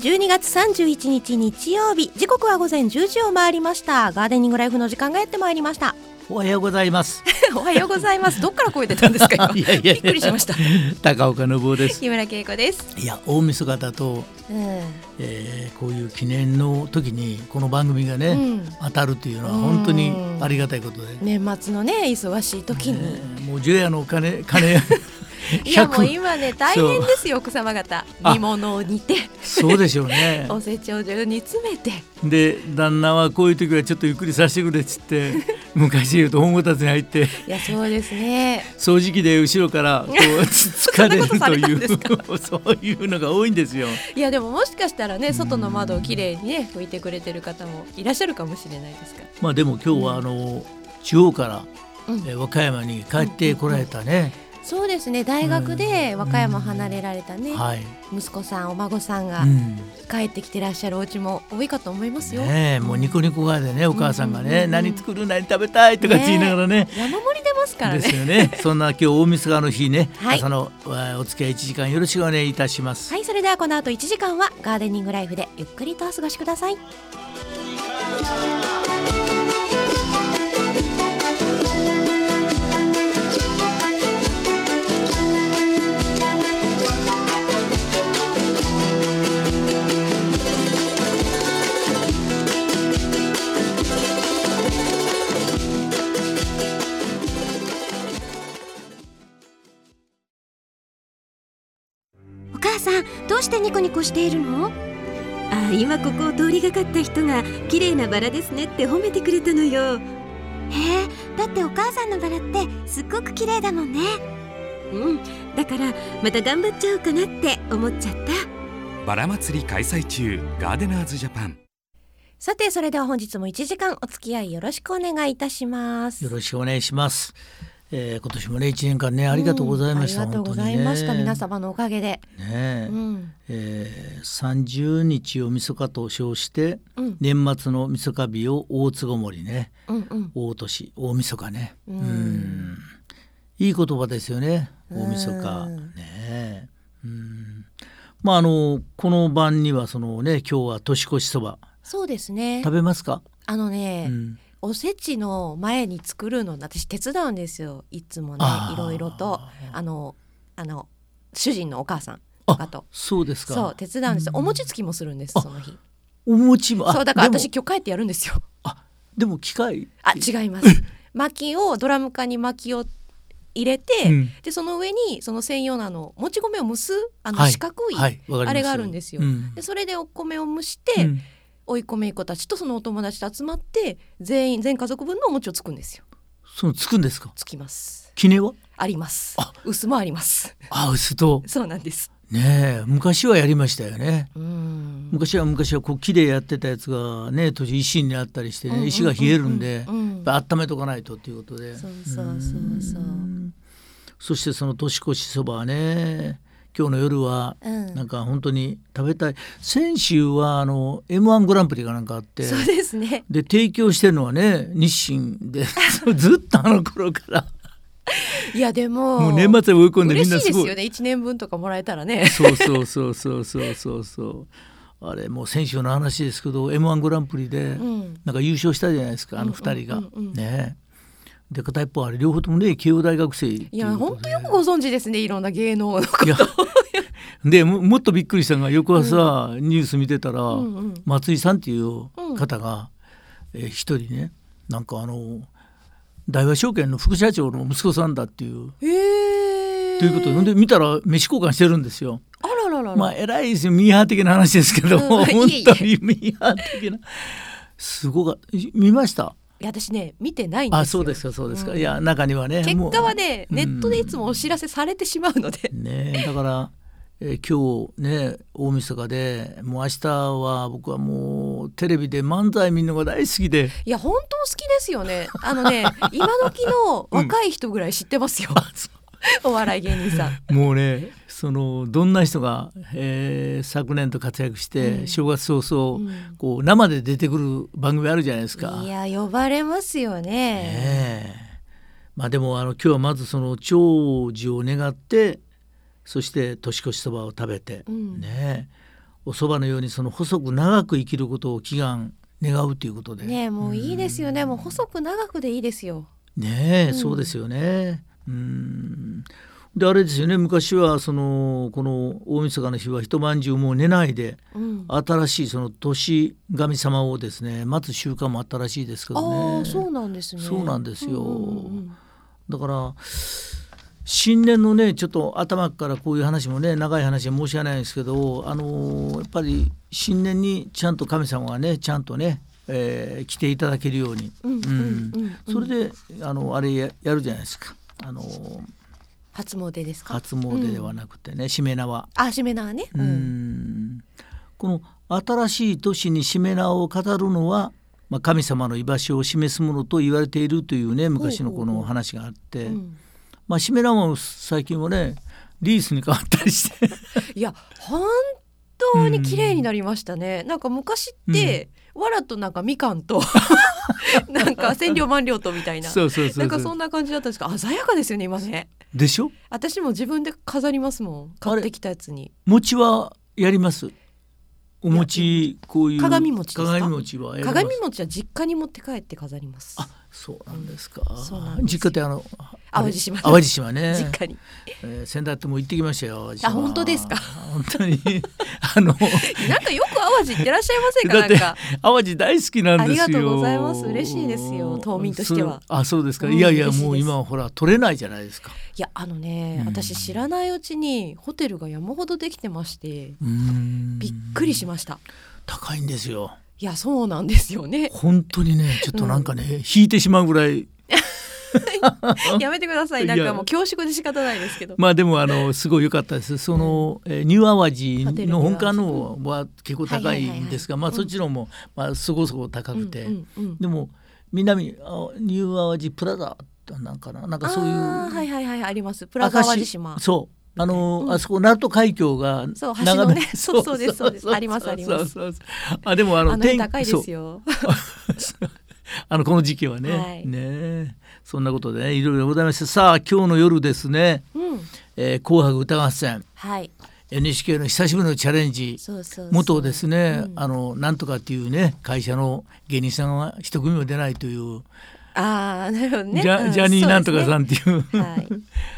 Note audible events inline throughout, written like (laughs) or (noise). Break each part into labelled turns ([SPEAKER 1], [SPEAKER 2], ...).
[SPEAKER 1] 12月31日日曜日時刻は午前10時を回りましたガーデニングライフの時間がやってまいりました
[SPEAKER 2] おはようございます。
[SPEAKER 1] (laughs) おはようございますどっから声出たん (laughs) ですか今
[SPEAKER 2] いやいやいや
[SPEAKER 1] びっくりしました
[SPEAKER 2] 高岡信夫です。
[SPEAKER 1] 木村恵子です、
[SPEAKER 2] いや、大晦日だと、
[SPEAKER 1] う
[SPEAKER 2] えーこういう記念の時に、この番組がね、
[SPEAKER 1] うん
[SPEAKER 2] 当たるというのは本当に
[SPEAKER 1] うん
[SPEAKER 2] ありがたいことで。
[SPEAKER 1] ん、年末のね忙しい時に、
[SPEAKER 2] えーもう除夜のお金、
[SPEAKER 1] (laughs)
[SPEAKER 2] 金。
[SPEAKER 1] いやもう
[SPEAKER 2] 100
[SPEAKER 1] 今ね大変ですよ奥様方
[SPEAKER 2] あ
[SPEAKER 1] 煮物を煮て
[SPEAKER 2] そうでしょ
[SPEAKER 1] (laughs)
[SPEAKER 2] うね。
[SPEAKER 1] おせちを中に詰めて
[SPEAKER 2] で、旦那はこういう時はちょっとゆっくりさせてくれっ
[SPEAKER 1] (laughs)
[SPEAKER 2] つって。昔言うと本こたつに入って
[SPEAKER 1] いやそうですね
[SPEAKER 2] 掃除機で後ろからこう疲れる
[SPEAKER 1] そんなことさ
[SPEAKER 2] と
[SPEAKER 1] れたん
[SPEAKER 2] い
[SPEAKER 1] です
[SPEAKER 2] う (laughs) そういうのが多いんですよ。
[SPEAKER 1] いやでももしかしたらね外の窓をきれいにね拭いてくれてる方もいらっしゃるかもしれないですから
[SPEAKER 2] まあでも今日はあの地方から
[SPEAKER 1] うん
[SPEAKER 2] えー和歌山に帰ってこられたね、
[SPEAKER 1] そうですね大学で和歌山離れられたね、
[SPEAKER 2] はい、
[SPEAKER 1] 息子さんお孫さんが
[SPEAKER 2] うん、
[SPEAKER 1] 帰ってきてらっしゃるお家も多いかと思いますよ、
[SPEAKER 2] ねえもうニコニコがでねお母さんが
[SPEAKER 1] うんうん
[SPEAKER 2] ね、
[SPEAKER 1] うん
[SPEAKER 2] 何作る何食べたいとかって言いながらね
[SPEAKER 1] 山盛り出ますから
[SPEAKER 2] です
[SPEAKER 1] ね
[SPEAKER 2] よねそんな今日大晦日の日ね、
[SPEAKER 1] (laughs) はい
[SPEAKER 2] 朝のえーお付き合い1時間よろしくお願いいたします、
[SPEAKER 1] はいそれではこの後1時間はガーデニングライフでゆっくりとお過ごしください
[SPEAKER 3] お母さんどうしてニコニコしているのあ今ここを通りがかった人が綺麗なバラですねって褒めてくれたのよへえだってお母さんのバラってすっごく綺麗だもんねうんだからまた頑張っちゃおうかなって思っちゃった
[SPEAKER 4] バラ祭り開催中ガーデナーズジャパン
[SPEAKER 1] さてそれでは本日も1時間お付き合いよろしくお願いいたします
[SPEAKER 2] よろしくお願いします、えー今年もね1年間ねありがとうございました、
[SPEAKER 1] うんありが
[SPEAKER 2] 本
[SPEAKER 1] と
[SPEAKER 2] 当
[SPEAKER 1] うご
[SPEAKER 2] に
[SPEAKER 1] ざいました、
[SPEAKER 2] ね
[SPEAKER 1] 皆様のおかげで、
[SPEAKER 2] ねえ
[SPEAKER 1] うん
[SPEAKER 2] えー30日を晦日と称して
[SPEAKER 1] うん
[SPEAKER 2] 年末の晦日日を大つごもりね
[SPEAKER 1] うんうん
[SPEAKER 2] 大年大晦日ね
[SPEAKER 1] うん
[SPEAKER 2] うんいい言葉ですよね大晦日
[SPEAKER 1] うん
[SPEAKER 2] ねえうんまああのこの晩にはそのね今日は年越しそば
[SPEAKER 1] そうですね
[SPEAKER 2] 食べますか、
[SPEAKER 1] あのね、
[SPEAKER 2] うん
[SPEAKER 1] おせちの前に作るの私手伝うんですよいつもね
[SPEAKER 2] あー
[SPEAKER 1] いろいろとあのあの主人のお母さんとかと
[SPEAKER 2] そうですか
[SPEAKER 1] そう手伝うんです
[SPEAKER 2] うん
[SPEAKER 1] お餅つきもするんです
[SPEAKER 2] あ
[SPEAKER 1] その日
[SPEAKER 2] お餅もあ
[SPEAKER 1] そうだから
[SPEAKER 2] でも
[SPEAKER 1] 私今日帰ってやるんですよ
[SPEAKER 2] (laughs) あでも機械
[SPEAKER 1] あ違います薪をドラム缶に薪を入れて、
[SPEAKER 2] うん
[SPEAKER 1] でその上にその専用のあのもち米を蒸すあの
[SPEAKER 2] はい
[SPEAKER 1] 四角い、
[SPEAKER 2] はいわかります
[SPEAKER 1] あれがあるんですよ
[SPEAKER 2] うん
[SPEAKER 1] でそれでお米を蒸して、
[SPEAKER 2] うん
[SPEAKER 1] 追い米子たちとそのお友達と集まって全員全家族分のお餅をつくんですよ
[SPEAKER 2] そのつくんですか
[SPEAKER 1] つきます
[SPEAKER 2] きねは
[SPEAKER 1] あります
[SPEAKER 2] あ。
[SPEAKER 1] 薄もあります。 (laughs)
[SPEAKER 2] あ薄と
[SPEAKER 1] そうなんです。
[SPEAKER 2] ねえ昔はやりましたよね
[SPEAKER 1] うん。
[SPEAKER 2] 昔は昔はこう木でやってたやつがね当時石にあったりしてね石が冷えるんで
[SPEAKER 1] うんうんうんうん
[SPEAKER 2] やっぱ温めとかないとっていうことで
[SPEAKER 1] そうそうそうそう。
[SPEAKER 2] そしてその年越しそばはね今日の夜は
[SPEAKER 1] うん
[SPEAKER 2] なんか本当に食べたい先週はあの m 1グランプリがなんかあって
[SPEAKER 1] そうですね。
[SPEAKER 2] で提供してるのはね日清
[SPEAKER 1] (laughs)
[SPEAKER 2] でそうずっとあの頃から
[SPEAKER 1] いやでも。
[SPEAKER 2] もう年末へ追い込んでみ
[SPEAKER 1] 嬉
[SPEAKER 2] ん
[SPEAKER 1] し
[SPEAKER 2] ない
[SPEAKER 1] ですす
[SPEAKER 2] ご
[SPEAKER 1] よ
[SPEAKER 2] い。
[SPEAKER 1] ね。一年分とかもらえたらね。
[SPEAKER 2] そうそうそうそうそうそうそうあれもう先週の話ですけど m 1グランプリで。
[SPEAKER 1] うん。
[SPEAKER 2] なんか優勝したじゃないですかあの二人が、
[SPEAKER 1] うんうんうんうん
[SPEAKER 2] ねえで片一方あれ両方ともね慶応大学生
[SPEAKER 1] いや本当よく
[SPEAKER 2] く
[SPEAKER 1] ご存知ですね。いろんな芸能のこ
[SPEAKER 2] いや
[SPEAKER 1] と。
[SPEAKER 2] でももっとびっくりしたのが翌朝、ニュース見てたら、
[SPEAKER 1] うんうん
[SPEAKER 2] 松井さんっていう方がえー一、人ねなんかあの大和証券の副社長の息子さんだっていう。
[SPEAKER 1] へえ。
[SPEAKER 2] ということでほんで見たら飯交換してるんですよ。
[SPEAKER 1] あらららら。
[SPEAKER 2] まあ偉いですよミーハー的な話ですけども、
[SPEAKER 1] うん
[SPEAKER 2] 本
[SPEAKER 1] いえい
[SPEAKER 2] 当にミーハー的なすごかった見ました
[SPEAKER 1] いや私ね見てないんですよ。
[SPEAKER 2] あそうですかそうですか、
[SPEAKER 1] うん
[SPEAKER 2] いや中にはね
[SPEAKER 1] 結
[SPEAKER 2] もう
[SPEAKER 1] 果はね
[SPEAKER 2] うん
[SPEAKER 1] ネットでいつもお知らせされてしまうので。
[SPEAKER 2] ねだから、えー今日ね大晦日でもう明日は僕はもうテレビで漫才見るのが大好きで
[SPEAKER 1] いや本当好きですよね。あの
[SPEAKER 2] (laughs)
[SPEAKER 1] ね今時の若い人ぐらい知ってますよ。お笑い芸人さん。
[SPEAKER 2] も
[SPEAKER 1] (laughs)
[SPEAKER 2] うねそのどんな人が、えー昨年と活躍して、
[SPEAKER 1] うん
[SPEAKER 2] 正月早々、
[SPEAKER 1] うん
[SPEAKER 2] こう生で出てくる番組あるじゃないですか。
[SPEAKER 1] いや呼ばれますよね。
[SPEAKER 2] ねえまあでもあの今日はまずその長寿を願ってそして年越しそばを食べて、
[SPEAKER 1] うん
[SPEAKER 2] ねえおそばのようにその細く長く生きることを祈願願うということで
[SPEAKER 1] ねえもういいですよね、もう細く長くでいいですよ
[SPEAKER 2] ねえ、
[SPEAKER 1] うん
[SPEAKER 2] そうですよね。うんであれですよね昔はそのこの大晦日の日は一晩中もう寝ないで
[SPEAKER 1] うん
[SPEAKER 2] 新しいその年神様をですね待つ習慣もあったらしいですけど
[SPEAKER 1] あ
[SPEAKER 2] ね
[SPEAKER 1] あそうなんですね
[SPEAKER 2] そうなんです
[SPEAKER 1] う
[SPEAKER 2] よ
[SPEAKER 1] んうんうん
[SPEAKER 2] だから新年のねちょっと頭からこういう話もね長い話は申し訳ないんですけどあのーやっぱり新年にちゃんと神様がねちゃんとね、えー来ていただけるように、
[SPEAKER 1] うんうんうんうん
[SPEAKER 2] それであのあれややるじゃないですか。あのー
[SPEAKER 1] 初詣ですか
[SPEAKER 2] 初詣ではなくてね、しめ縄。
[SPEAKER 1] あしめ縄ね
[SPEAKER 2] う
[SPEAKER 1] うん
[SPEAKER 2] ん、この新しい年にしめ縄を語るのは、まあ、神様の居場所を示すものと言われているというね昔のこ
[SPEAKER 1] ほうほう
[SPEAKER 2] の
[SPEAKER 1] ほう
[SPEAKER 2] 話があって、
[SPEAKER 1] うん
[SPEAKER 2] まあ、しめ縄も最近はねリースに変わったりして、
[SPEAKER 1] いや本当に綺麗になりましたね、なんか昔って、わらとなんかみかん
[SPEAKER 2] (laughs)
[SPEAKER 1] となんか千両万両とみたいな
[SPEAKER 2] うそう
[SPEAKER 1] なんかそんな感じだったんですけど鮮やかですよね今ね
[SPEAKER 2] でしょ
[SPEAKER 1] 私も自分で飾りますもん買ってきたやつに
[SPEAKER 2] 餅はやりますお餅こういう
[SPEAKER 1] 鏡餅ですか
[SPEAKER 2] 鏡餅はやります
[SPEAKER 1] 鏡餅は実家に持って帰って飾ります
[SPEAKER 2] あそうなんですか、
[SPEAKER 1] そうなんですよ
[SPEAKER 2] 実家ってあの
[SPEAKER 1] 淡路島
[SPEAKER 2] 淡路島ね
[SPEAKER 1] 実家に
[SPEAKER 2] えー、先だってもう行ってきましたよ淡路島
[SPEAKER 1] あ本当ですか
[SPEAKER 2] 本当に
[SPEAKER 1] (laughs)
[SPEAKER 2] あの
[SPEAKER 1] なんかよく淡路行ってらっしゃいませんか
[SPEAKER 2] だ
[SPEAKER 1] な
[SPEAKER 2] っ
[SPEAKER 1] ん
[SPEAKER 2] て
[SPEAKER 1] か
[SPEAKER 2] 淡路大好きなんですよ
[SPEAKER 1] ありがとうございます嬉しいですよ島民としては
[SPEAKER 2] そうあそうですか、
[SPEAKER 1] うん
[SPEAKER 2] いやいや
[SPEAKER 1] 嬉しいです
[SPEAKER 2] もう今はほら取れないじゃないですか
[SPEAKER 1] いやあのね、
[SPEAKER 2] うん
[SPEAKER 1] 私知らないうちにホテルが山ほどできてまして
[SPEAKER 2] うーん
[SPEAKER 1] びっくりしました
[SPEAKER 2] 高いんですよ
[SPEAKER 1] いやそうなんですよね
[SPEAKER 2] 本当にねちょっとなんかね、引いてしまうぐらい
[SPEAKER 1] やめてくださいなんかもう恐縮で仕方ないですけど
[SPEAKER 2] まあでもあのすごい良かったですその、えーニューアワジ
[SPEAKER 1] ホテルニューア
[SPEAKER 2] の
[SPEAKER 1] ワジ
[SPEAKER 2] 本館の方は結構高いんですが、
[SPEAKER 1] はいはいはいはい
[SPEAKER 2] まあそっちのも、まあそこそこ高くて、
[SPEAKER 1] うんうんうん
[SPEAKER 2] でも南あニューアワジプラザなんかななんかそういう
[SPEAKER 1] あーはいはいはいありますプラザ淡路島
[SPEAKER 2] そうあの、
[SPEAKER 1] うん
[SPEAKER 2] あそこ鳴門海峡が
[SPEAKER 1] そう橋の
[SPEAKER 2] 眺め (laughs)
[SPEAKER 1] ねそうそうですそうですありますあります
[SPEAKER 2] そうそうそうあでもあ
[SPEAKER 1] あ
[SPEAKER 2] の
[SPEAKER 1] の辺
[SPEAKER 2] 天
[SPEAKER 1] 高いで
[SPEAKER 2] そう
[SPEAKER 1] すよ
[SPEAKER 2] あのこの時期はね、
[SPEAKER 1] はい
[SPEAKER 2] ねそんなことでねいろいろございましてさあ今日の夜ですね
[SPEAKER 1] うん
[SPEAKER 2] 「えー、紅白歌合戦
[SPEAKER 1] はい
[SPEAKER 2] NHK の久しぶりのチャレンジ」
[SPEAKER 1] そうそうそう
[SPEAKER 2] 元ですね、
[SPEAKER 1] うん
[SPEAKER 2] あのなんとかっていうね会社の芸人さんが一組も出ないという、
[SPEAKER 1] ああなるほどね
[SPEAKER 2] ジャジャニーなんとかさ
[SPEAKER 1] ん、
[SPEAKER 2] んっていう
[SPEAKER 1] そうですねはい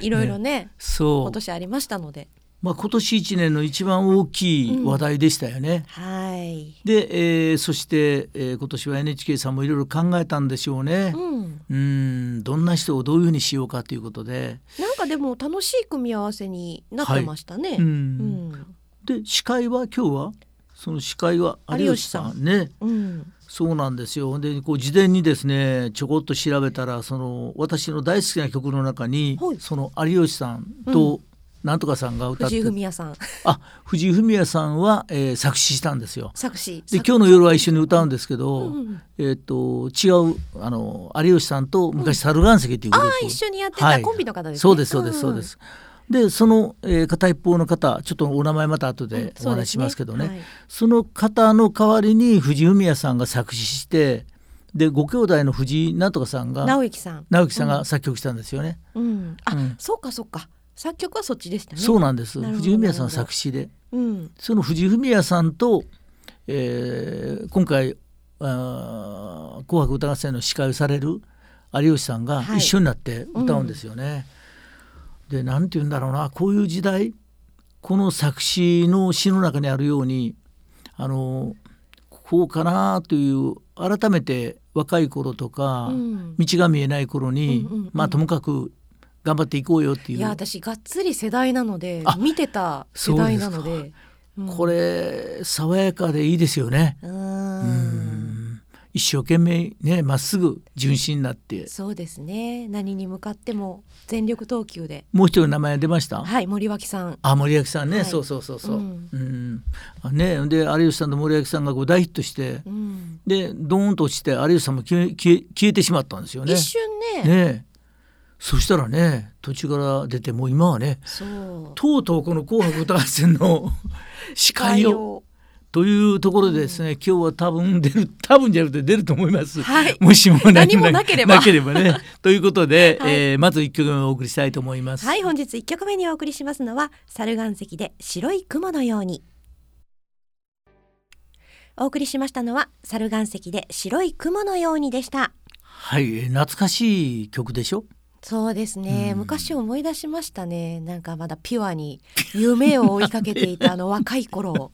[SPEAKER 1] いろいろね
[SPEAKER 2] (laughs) そう
[SPEAKER 1] 今年ありましたので
[SPEAKER 2] まあ、今年一年の一番大きい話題でしたよね。
[SPEAKER 1] はい
[SPEAKER 2] で、えーそして、えー今年は NHK さんもいろいろ考えたんでしょうね。
[SPEAKER 1] うん
[SPEAKER 2] うーんどんな人をどういうふうにしようかということで,、
[SPEAKER 1] なんかでも楽しい組み合わせになってましたね、
[SPEAKER 2] う
[SPEAKER 1] う
[SPEAKER 2] ん
[SPEAKER 1] ん
[SPEAKER 2] で司会は今日はその司会は有吉さん
[SPEAKER 1] 有吉
[SPEAKER 2] ね
[SPEAKER 1] うん
[SPEAKER 2] そうなんですよでこう事前にですねちょこっと調べたらその私の大好きな曲の中に、
[SPEAKER 1] はい
[SPEAKER 2] その有吉さんとなんとかさんが歌って、
[SPEAKER 1] 藤井フミヤさん
[SPEAKER 2] あ藤井フミヤさんは、えー作詞したんですよ。
[SPEAKER 1] 作詞
[SPEAKER 2] で
[SPEAKER 1] 作
[SPEAKER 2] 今日の夜は一緒に歌うんですけど、
[SPEAKER 1] うんうん
[SPEAKER 2] えっ、と違うあの有吉さんと昔猿岩石っていうグループ、
[SPEAKER 1] あー一緒にやってた、
[SPEAKER 2] はい
[SPEAKER 1] コンビの方ですね
[SPEAKER 2] そうですそうですそうで、す。でその、えー片一方の方ちょっとお名前また後
[SPEAKER 1] うんうん
[SPEAKER 2] でお話ししますけどね,、
[SPEAKER 1] そう
[SPEAKER 2] そ
[SPEAKER 1] です
[SPEAKER 2] の方の代わりに藤井フミヤさんが作詞してでご兄弟の藤井なんとかさん
[SPEAKER 1] はい直
[SPEAKER 2] が
[SPEAKER 1] 之さん
[SPEAKER 2] 直樹さんが作曲したんですよね。
[SPEAKER 1] うんあ、
[SPEAKER 2] うん
[SPEAKER 1] そうかそうか作曲はそっちでしたね
[SPEAKER 2] そうなんです
[SPEAKER 1] なるほど
[SPEAKER 2] 藤井フミヤさん作詞で
[SPEAKER 1] うん
[SPEAKER 2] その藤井フミヤさんと、えー今回あー紅白歌合戦の司会をされる有吉さんが
[SPEAKER 1] はい
[SPEAKER 2] 一緒になって歌うんですよね。でなんて言うんだろうなこういう時代この作詞の詩の中にあるようにあのこうかなという改めて若い頃とか、
[SPEAKER 1] うん
[SPEAKER 2] 道が見えない頃に、
[SPEAKER 1] うんうんうん
[SPEAKER 2] まあともかく頑張っていこうよってい
[SPEAKER 1] いうや私がっつり世代なので
[SPEAKER 2] あ
[SPEAKER 1] 見てた世代なので
[SPEAKER 2] そう
[SPEAKER 1] うん
[SPEAKER 2] これ爽やかでいいですよね。
[SPEAKER 1] うー
[SPEAKER 2] うんん一生懸命ねまっすぐ純真になって
[SPEAKER 1] そうですね何に向かっても全力投球で
[SPEAKER 2] もう一人名前出ました、
[SPEAKER 1] はい森脇さん
[SPEAKER 2] あ森脇さんね、
[SPEAKER 1] はい
[SPEAKER 2] そうそうそうそう、う
[SPEAKER 1] うんん
[SPEAKER 2] あねで有吉さんと森脇さんがこう大ヒットして、
[SPEAKER 1] うん
[SPEAKER 2] でドーンと落ちて有吉さんも消え消え消えてしまったんですよね
[SPEAKER 1] 一瞬ね
[SPEAKER 2] ねそしたらね途中から出てもう今はね
[SPEAKER 1] そう
[SPEAKER 2] とうとうこの「紅白歌合
[SPEAKER 1] (laughs)
[SPEAKER 2] 戦」の司会をというところでですね、今日は多分出る多分じゃなくて出ると思います。 (laughs)
[SPEAKER 1] はい
[SPEAKER 2] もしも
[SPEAKER 1] 何もなければ
[SPEAKER 2] ね。 (laughs) ということで、
[SPEAKER 1] はい
[SPEAKER 2] えーまず一曲目をお送りしたいと思います。
[SPEAKER 1] はい本日一曲目にお送りしますのは猿岩石で白い雲のようにお送りしましたのは猿岩石で白い雲のようにでした
[SPEAKER 2] はいえー懐かしい曲でしょ
[SPEAKER 1] そうですね、
[SPEAKER 2] うん
[SPEAKER 1] 昔思い出しましたねなんかまだピュアに夢を追いかけてい (laughs) たあの若い頃を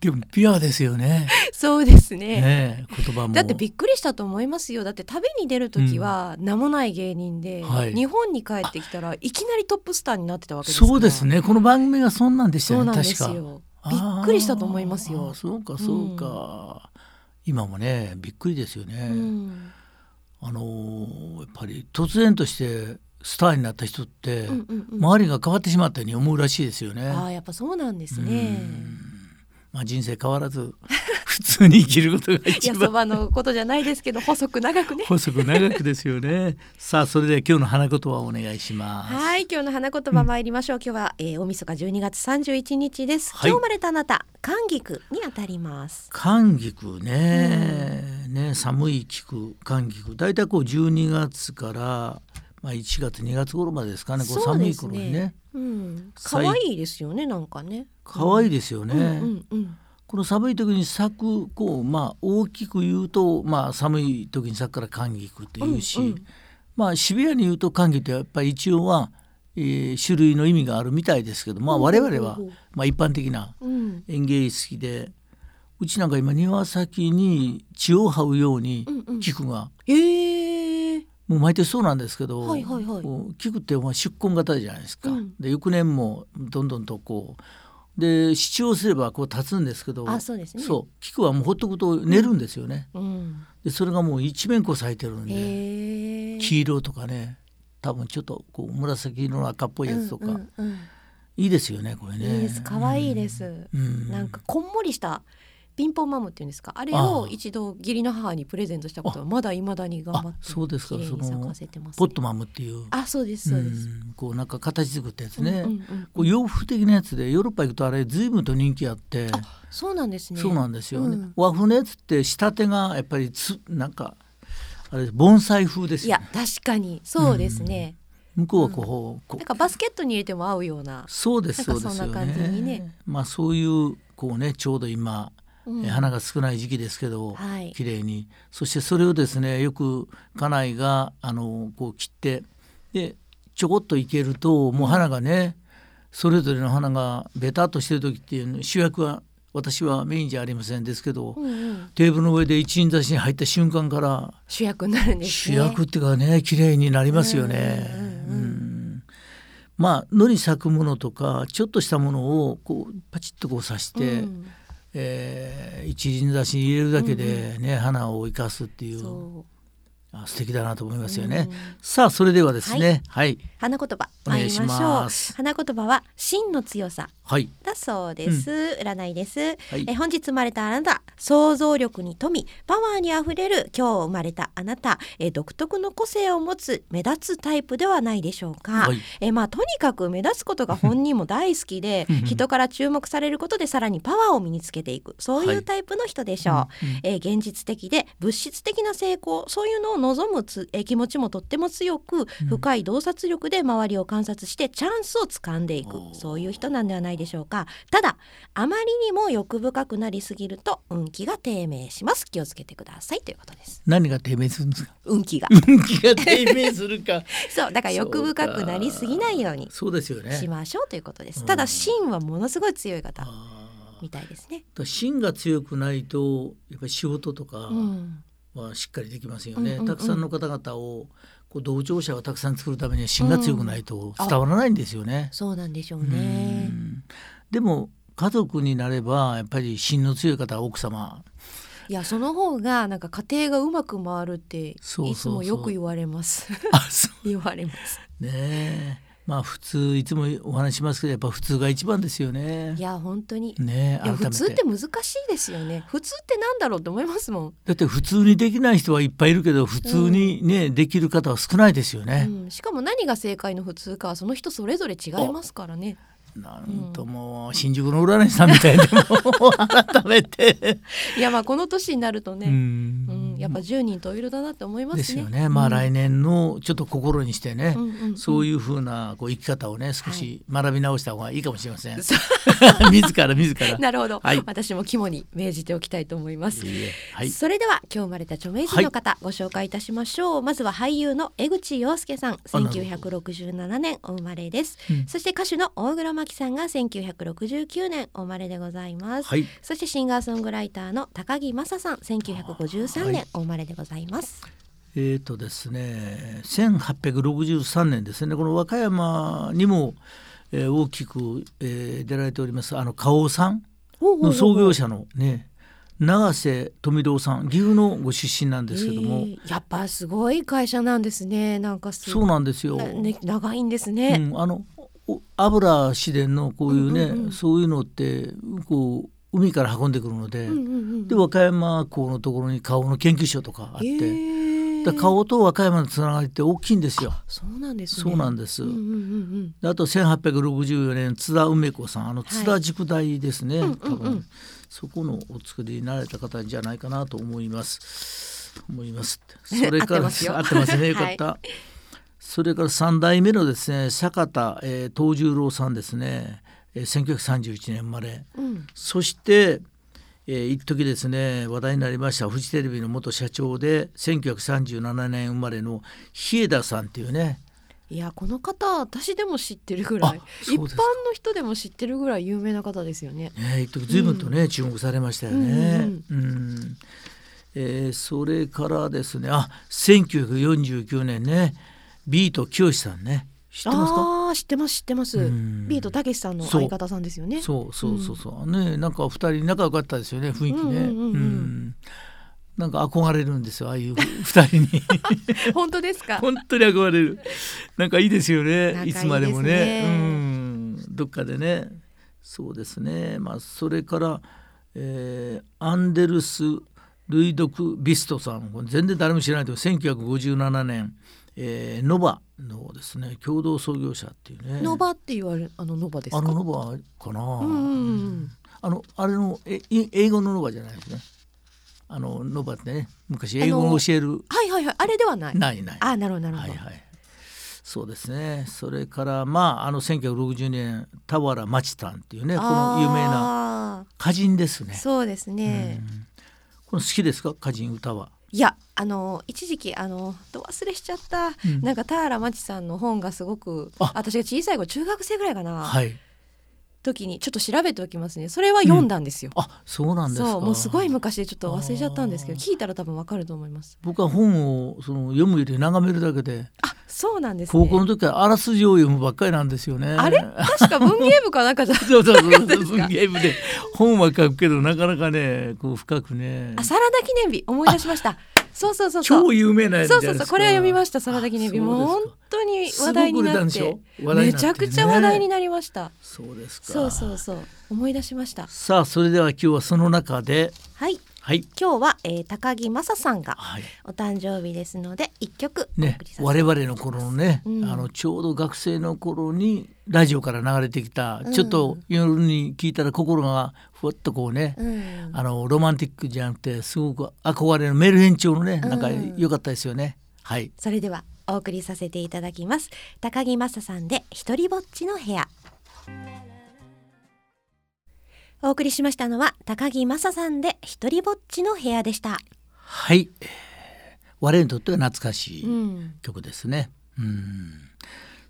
[SPEAKER 2] でもピュアですよね
[SPEAKER 1] そうですね
[SPEAKER 2] ねえ言葉も
[SPEAKER 1] だってびっくりしたと思いますよだって旅に出る時は名もない芸人で、
[SPEAKER 2] はい
[SPEAKER 1] 日本に帰ってきたらいきなりトップスターになってたわけですから
[SPEAKER 2] そうですねこの番組がそんなんでした
[SPEAKER 1] そう
[SPEAKER 2] よ
[SPEAKER 1] な
[SPEAKER 2] ね
[SPEAKER 1] んで
[SPEAKER 2] 確
[SPEAKER 1] す
[SPEAKER 2] か
[SPEAKER 1] よびっくりしたと思います
[SPEAKER 2] あー
[SPEAKER 1] よ、
[SPEAKER 2] そうかそうか、今もねびっくりですよね、
[SPEAKER 1] うん
[SPEAKER 2] あのーやっぱり突然としてスターになった人って、
[SPEAKER 1] うんうんうん
[SPEAKER 2] 周りが変わってしまったように思うらしいですよね。
[SPEAKER 1] ああやっぱそうなんです
[SPEAKER 2] う
[SPEAKER 1] ね
[SPEAKER 2] んまあ人生変わらず (laughs) 普通に生きることが一
[SPEAKER 1] やそ
[SPEAKER 2] 番
[SPEAKER 1] ばのことじゃないですけ
[SPEAKER 2] (laughs)
[SPEAKER 1] ど細く長く (laughs) ね
[SPEAKER 2] 細く長くですよね。さあそれでは今日の花言葉をお願いします。
[SPEAKER 1] はい今日の花言葉参りましょう、今日は、えー、大晦日12月31日です、
[SPEAKER 2] はい
[SPEAKER 1] 今日生まれたあなた寒菊にあたります
[SPEAKER 2] 寒菊ね,、ね寒い菊寒菊大体こう12月から、まあ、1月2月頃までですかねこう
[SPEAKER 1] そう
[SPEAKER 2] 寒
[SPEAKER 1] で
[SPEAKER 2] い
[SPEAKER 1] す
[SPEAKER 2] 頃
[SPEAKER 1] ね
[SPEAKER 2] にね
[SPEAKER 1] うん可
[SPEAKER 2] 最
[SPEAKER 1] 愛いですよねなんかね
[SPEAKER 2] 可愛い
[SPEAKER 1] い
[SPEAKER 2] ですよね、
[SPEAKER 1] うんうんうん
[SPEAKER 2] この寒い時に咲くこう、まあ、大きく言うと、まあ、寒い時に咲くから寒菊っていうし、
[SPEAKER 1] うんうん
[SPEAKER 2] まあ、シビアに言うと寒菊ってやっぱり一応は、えー種類の意味があるみたいですけど、まあ、
[SPEAKER 1] うん
[SPEAKER 2] 我々は
[SPEAKER 1] うんうん、
[SPEAKER 2] まあ、一般的な
[SPEAKER 1] うん
[SPEAKER 2] 園芸好きでうちなんか今庭先に血を這うように
[SPEAKER 1] うんうん
[SPEAKER 2] 菊が、
[SPEAKER 1] ええ
[SPEAKER 2] もう毎年そうなんですけど、
[SPEAKER 1] はいはいはい
[SPEAKER 2] こう菊ってまあ出根型じゃないですか、
[SPEAKER 1] うん
[SPEAKER 2] で翌年もどんどんとこうで支柱をすればこう立つんですけど
[SPEAKER 1] あそうですね
[SPEAKER 2] そう菊はもうほっとくと寝るんですよね、
[SPEAKER 1] うん
[SPEAKER 2] でそれがもう一面こう咲いてるんで、
[SPEAKER 1] ええ
[SPEAKER 2] 黄色とかね多分ちょっとこう紫色の赤っぽいやつとか、
[SPEAKER 1] うんうんうん
[SPEAKER 2] いいですよねこれね
[SPEAKER 1] いいです可愛いです、
[SPEAKER 2] うん
[SPEAKER 1] なんかこんもりしたピンポンマムっていうんですかあれ
[SPEAKER 2] あ
[SPEAKER 1] を
[SPEAKER 2] あ
[SPEAKER 1] 一度義理の母にプレゼントしたことはまだいまだに頑張って
[SPEAKER 2] あそうですか
[SPEAKER 1] 綺麗に
[SPEAKER 2] その
[SPEAKER 1] 咲かせてます、
[SPEAKER 2] ポ
[SPEAKER 1] ね
[SPEAKER 2] ッ、トマムっていう
[SPEAKER 1] あそうですそうです、
[SPEAKER 2] うんこうなんか形作ったやつね、
[SPEAKER 1] うんうんうん
[SPEAKER 2] こう洋風的なやつでヨーロッパ行くとあれ随分と人気あって
[SPEAKER 1] あそうなんですね
[SPEAKER 2] そうなんですよね、
[SPEAKER 1] うん
[SPEAKER 2] 和風のやつって仕立てがやっぱりつなんかあれ盆栽風です
[SPEAKER 1] い
[SPEAKER 2] よ
[SPEAKER 1] や確かにそうですね、
[SPEAKER 2] 向こうはこう,、こ
[SPEAKER 1] なん
[SPEAKER 2] う
[SPEAKER 1] かバスケットに入れても合うような
[SPEAKER 2] そうです
[SPEAKER 1] な
[SPEAKER 2] そ
[SPEAKER 1] ん
[SPEAKER 2] う
[SPEAKER 1] か
[SPEAKER 2] です
[SPEAKER 1] そんな
[SPEAKER 2] よね
[SPEAKER 1] 感じにね
[SPEAKER 2] まあそういうこうねちょうど今、
[SPEAKER 1] うん
[SPEAKER 2] え花が少ない時期ですけど、
[SPEAKER 1] はい
[SPEAKER 2] 綺麗にそしてそれをですねよく家内があのこう切ってでちょこっといけるともう花がね、それぞれの花がベタっとしてる時っていうの主役は私はメインじゃありませんですけど、
[SPEAKER 1] うんうん、
[SPEAKER 2] テーブルの上で一輪挿しに入った瞬間から
[SPEAKER 1] 主役になるんです
[SPEAKER 2] 主
[SPEAKER 1] ね
[SPEAKER 2] 役っていうかね綺麗になりますよね。
[SPEAKER 1] う
[SPEAKER 2] うん
[SPEAKER 1] うんうん
[SPEAKER 2] んまあ野に咲くものとかちょっとしたものをこうパチッとこう刺して、
[SPEAKER 1] うん
[SPEAKER 2] えー一輪挿しに入れるだけでね、花を生かすっていう
[SPEAKER 1] そう
[SPEAKER 2] あ素敵だなと思いますよね。
[SPEAKER 1] うん
[SPEAKER 2] さあそれではですねはい
[SPEAKER 1] 花言葉
[SPEAKER 2] お願いします
[SPEAKER 1] 参りましょう花言葉は真の強さ
[SPEAKER 2] はい
[SPEAKER 1] だそうです、占いです、
[SPEAKER 2] い
[SPEAKER 1] え本日生まれたあなた想像力に富みパワーにあふれる今日生まれたあなたえ独特の個性を持つ目立つタイプではないでしょうか、
[SPEAKER 2] はい
[SPEAKER 1] えまあとにかく目立つことが本人も大好きで
[SPEAKER 2] うん
[SPEAKER 1] 人から注目されることでさらにパワーを身につけていくそうい
[SPEAKER 2] は
[SPEAKER 1] う
[SPEAKER 2] い
[SPEAKER 1] タイプの人でしょう、えー現実的で物質的な成功そういうのを望むつ、えー気持ちもとっても強く深い洞察力で周りを観察してチャンスを掴んでいく
[SPEAKER 2] おー
[SPEAKER 1] そういう人なんではないでしょうかただあまりにも欲深くなりすぎると運気が低迷します気をつけてくださいということです
[SPEAKER 2] 何が低迷する
[SPEAKER 1] (laughs)
[SPEAKER 2] んですか
[SPEAKER 1] 運気が
[SPEAKER 2] 運気が低迷するか
[SPEAKER 1] そうだから欲深くなりすぎないように
[SPEAKER 2] そうですよね。
[SPEAKER 1] しましょうということです
[SPEAKER 2] うん
[SPEAKER 1] ただ芯はものすごい強い方
[SPEAKER 2] あー
[SPEAKER 1] みたいですね
[SPEAKER 2] だから芯が強くないとやっぱり仕事とか
[SPEAKER 1] うん
[SPEAKER 2] はしっかりできますよ
[SPEAKER 1] う
[SPEAKER 2] ね、
[SPEAKER 1] んうんうん
[SPEAKER 2] たくさんの方々をこう同調者をたくさん作るためには芯が強くないと伝わらないんですよね。
[SPEAKER 1] そうなんでしょう
[SPEAKER 2] う
[SPEAKER 1] ね
[SPEAKER 2] んでも家族になればやっぱり芯の強い方は奥
[SPEAKER 1] (laughs)
[SPEAKER 2] 様
[SPEAKER 1] いやその方がなんか家庭がうまく回るってい
[SPEAKER 2] そう
[SPEAKER 1] つ
[SPEAKER 2] そうそ
[SPEAKER 1] も
[SPEAKER 2] う
[SPEAKER 1] よく言われます
[SPEAKER 2] (laughs) あそ
[SPEAKER 1] 言われ
[SPEAKER 2] (laughs)
[SPEAKER 1] ます
[SPEAKER 2] うねえまあ普通いつもお話しますけどやっぱ普通が一番ですよね
[SPEAKER 1] い。や本当に
[SPEAKER 2] ねえ
[SPEAKER 1] いや
[SPEAKER 2] 改
[SPEAKER 1] 普
[SPEAKER 2] め
[SPEAKER 1] 通ってて難しいですよね普通ってなんだろうって思いますもん、
[SPEAKER 2] だって普通にできない人はいっぱいいるけど普通にね、できる方は少ないですよ
[SPEAKER 1] う
[SPEAKER 2] ね。
[SPEAKER 1] ん、しかも何が正解の普通かはその人それぞれ違いますからね
[SPEAKER 2] (laughs) なんともう新宿の占い
[SPEAKER 1] (laughs)
[SPEAKER 2] 師さんみたいでもう改めて。
[SPEAKER 1] いやまあこの年になるとね、うんややっぱ十人十色だなって思いますね。
[SPEAKER 2] ですよね。まあ来年のちょっと心にしてね、
[SPEAKER 1] うんうんうん
[SPEAKER 2] そういうふうなこう生き方をね少し学び直した方がいいかもしれません。 (laughs) 自ら自
[SPEAKER 1] (laughs)
[SPEAKER 2] ら。
[SPEAKER 1] なるほど、
[SPEAKER 2] はい
[SPEAKER 1] 私も肝に銘じておきたいと思います。
[SPEAKER 2] いいえはい。
[SPEAKER 1] それでは今日生まれた著名人の方、ご紹介いたしましょうまずは俳優の江口洋介さん
[SPEAKER 2] あなる
[SPEAKER 1] 1967年お生まれです、
[SPEAKER 2] うん
[SPEAKER 1] そして歌手の大黒摩季さんが1969年お生まれでございます、
[SPEAKER 2] はい。
[SPEAKER 1] そしてシンガーソングライターの高木雅さん1953
[SPEAKER 2] は
[SPEAKER 1] 年
[SPEAKER 2] い
[SPEAKER 1] お生まれでございます、
[SPEAKER 2] えーとですね、1863年ですねこの和歌山にも、えー大きく、えー出られておりますあの花王さん
[SPEAKER 1] おうおうおう
[SPEAKER 2] の創業者のね永瀬富郎さん岐阜のご出身なんですけども、
[SPEAKER 1] えーやっぱすごい会社なんですねなんかす
[SPEAKER 2] そうなんですよ。
[SPEAKER 1] なね、長いんです
[SPEAKER 2] う
[SPEAKER 1] ね、
[SPEAKER 2] ん、あのお油自然のこういうね、
[SPEAKER 1] うんうんうん
[SPEAKER 2] そういうのってこう海から運んでくるので、
[SPEAKER 1] うんうんうん
[SPEAKER 2] で和歌山港のところに顔の研究所とかあって、
[SPEAKER 1] えー
[SPEAKER 2] だから顔と和歌山のつながりって大きいんですよ。
[SPEAKER 1] そうなんですね
[SPEAKER 2] そうなん
[SPEAKER 1] で
[SPEAKER 2] です、
[SPEAKER 1] うんうんうん
[SPEAKER 2] であと1864年津田梅子さんあの津田塾大ですね、
[SPEAKER 1] うんうんう
[SPEAKER 2] 多
[SPEAKER 1] ん
[SPEAKER 2] 分そこのお作りになられた方じゃないかなと思います思います
[SPEAKER 1] (laughs)
[SPEAKER 2] ってそれ
[SPEAKER 1] 合
[SPEAKER 2] か
[SPEAKER 1] って
[SPEAKER 2] ら
[SPEAKER 1] ますよ
[SPEAKER 2] 合ってますねよかった、それから3代目のですね坂田、えー藤十郎さんですね、えー1931年生まれ
[SPEAKER 1] うんうん
[SPEAKER 2] そして、えー一時ですね話題になりましたフジテレビの元社長で1937年生まれの日枝さんっていうね
[SPEAKER 1] いやこの方私でも知ってるぐらい
[SPEAKER 2] あ
[SPEAKER 1] 一
[SPEAKER 2] そう
[SPEAKER 1] 般
[SPEAKER 2] ですか
[SPEAKER 1] の人でも知ってるぐらい有名な方ですよね。
[SPEAKER 2] ね、一時随分とね、注目されましたよね。うんえーそれからですね、あ、1949年ね、ビート清さんね、知ってますか？
[SPEAKER 1] ああー知ってます知ってます。
[SPEAKER 2] うん
[SPEAKER 1] ビートたけしさんの
[SPEAKER 2] そう
[SPEAKER 1] 相方さんですよね。
[SPEAKER 2] そうそうそうそう、ね、なんか二人仲良かったですよね、雰囲気ね。
[SPEAKER 1] うんうんうんうん
[SPEAKER 2] なんか憧れるんですよ、ああいう二人に。
[SPEAKER 1] 本当です (laughs) か。
[SPEAKER 2] 本当に憧れる。なんかいいですよね。
[SPEAKER 1] 仲い
[SPEAKER 2] い
[SPEAKER 1] いですね
[SPEAKER 2] つまでもね。うん、どっかでね。そうですね。まあそれから、えーアンデルス・ルイドク・ビストさん、これ全然誰も知らないけど、1957年、えーノバのですね共同創業者っていうね。
[SPEAKER 1] ノバって言われるあのノバです
[SPEAKER 2] あ
[SPEAKER 1] か。
[SPEAKER 2] のノバかな。
[SPEAKER 1] うんうんうん
[SPEAKER 2] あのあれのえい英語のノバじゃないですね。あのノバってね昔英語を教える
[SPEAKER 1] はいはいはいあれではない。
[SPEAKER 2] ないない。
[SPEAKER 1] あーなるほどなるほ
[SPEAKER 2] はい
[SPEAKER 1] ど。
[SPEAKER 2] はい。そうですね。それからまああの1960年田原町さんっていうねこの有名な
[SPEAKER 1] な。
[SPEAKER 2] 歌人ですね。
[SPEAKER 1] そうですね。
[SPEAKER 2] うんこの好きですか歌人歌は。
[SPEAKER 1] いやあの一時期あのど忘れしちゃった、
[SPEAKER 2] ん
[SPEAKER 1] なんか田原町さんの本がすごく
[SPEAKER 2] あ
[SPEAKER 1] 私が小さい頃中学生ぐらいかな、
[SPEAKER 2] はい。
[SPEAKER 1] 時にちょっと調べておきますねそれは読んだんですよ、
[SPEAKER 2] あそうなんですか。
[SPEAKER 1] そうもうすごい昔でちょっと忘れちゃったんですけど
[SPEAKER 2] あ
[SPEAKER 1] 聞いたら多分わかると思います
[SPEAKER 2] 僕は本をその読むより眺めるだけで
[SPEAKER 1] あそうなんですね
[SPEAKER 2] 高校の時からあらすじを読むばっかりなんですよね。
[SPEAKER 1] あれ確か文芸部かなん (laughs) かじゃ
[SPEAKER 2] (laughs) そうそうそうそう。ゲームで本は書くけどなかなかねこう深くね
[SPEAKER 1] あサラダ記念日思い出しましたそうそうそうそう
[SPEAKER 2] 超有名なやつじ
[SPEAKER 1] そ
[SPEAKER 2] ゃ
[SPEAKER 1] う
[SPEAKER 2] ない
[SPEAKER 1] そうそ
[SPEAKER 2] ですか
[SPEAKER 1] うこれは読みましたサラダ記念日
[SPEAKER 2] あそう
[SPEAKER 1] もう
[SPEAKER 2] ですか
[SPEAKER 1] 本当に話題になっ
[SPEAKER 2] すごく売れ
[SPEAKER 1] て
[SPEAKER 2] たんでしょ話題
[SPEAKER 1] め
[SPEAKER 2] にな
[SPEAKER 1] ち
[SPEAKER 2] ってね
[SPEAKER 1] ゃくちゃ話題になりました
[SPEAKER 2] そうですか。
[SPEAKER 1] そうそうそう思い出しました
[SPEAKER 2] さあそれでは今日はその中で
[SPEAKER 1] はい
[SPEAKER 2] はい
[SPEAKER 1] 今日は、えー、高木雅さんが
[SPEAKER 2] はい
[SPEAKER 1] お誕生日ですので一曲お
[SPEAKER 2] ね
[SPEAKER 1] 送りさせて、
[SPEAKER 2] 我々の頃のね、
[SPEAKER 1] うん
[SPEAKER 2] あのちょうど学生の頃にラジオから流れてきた、
[SPEAKER 1] うん
[SPEAKER 2] ちょっと夜に聞いたら心がふわっとこうね、
[SPEAKER 1] うん、
[SPEAKER 2] あのロマンティックじゃなくてすごく憧れのメルヘン調のね
[SPEAKER 1] うん
[SPEAKER 2] なんか良かったですよね。はい
[SPEAKER 1] それではお送りさせていただきます高木雅さんで一人ぼっちの部屋お送りしましたのは高木雅さんで一人ぼっちの部屋でした、
[SPEAKER 2] はい、えー我々にとっては懐かしい
[SPEAKER 1] うん、
[SPEAKER 2] 曲ですね。うん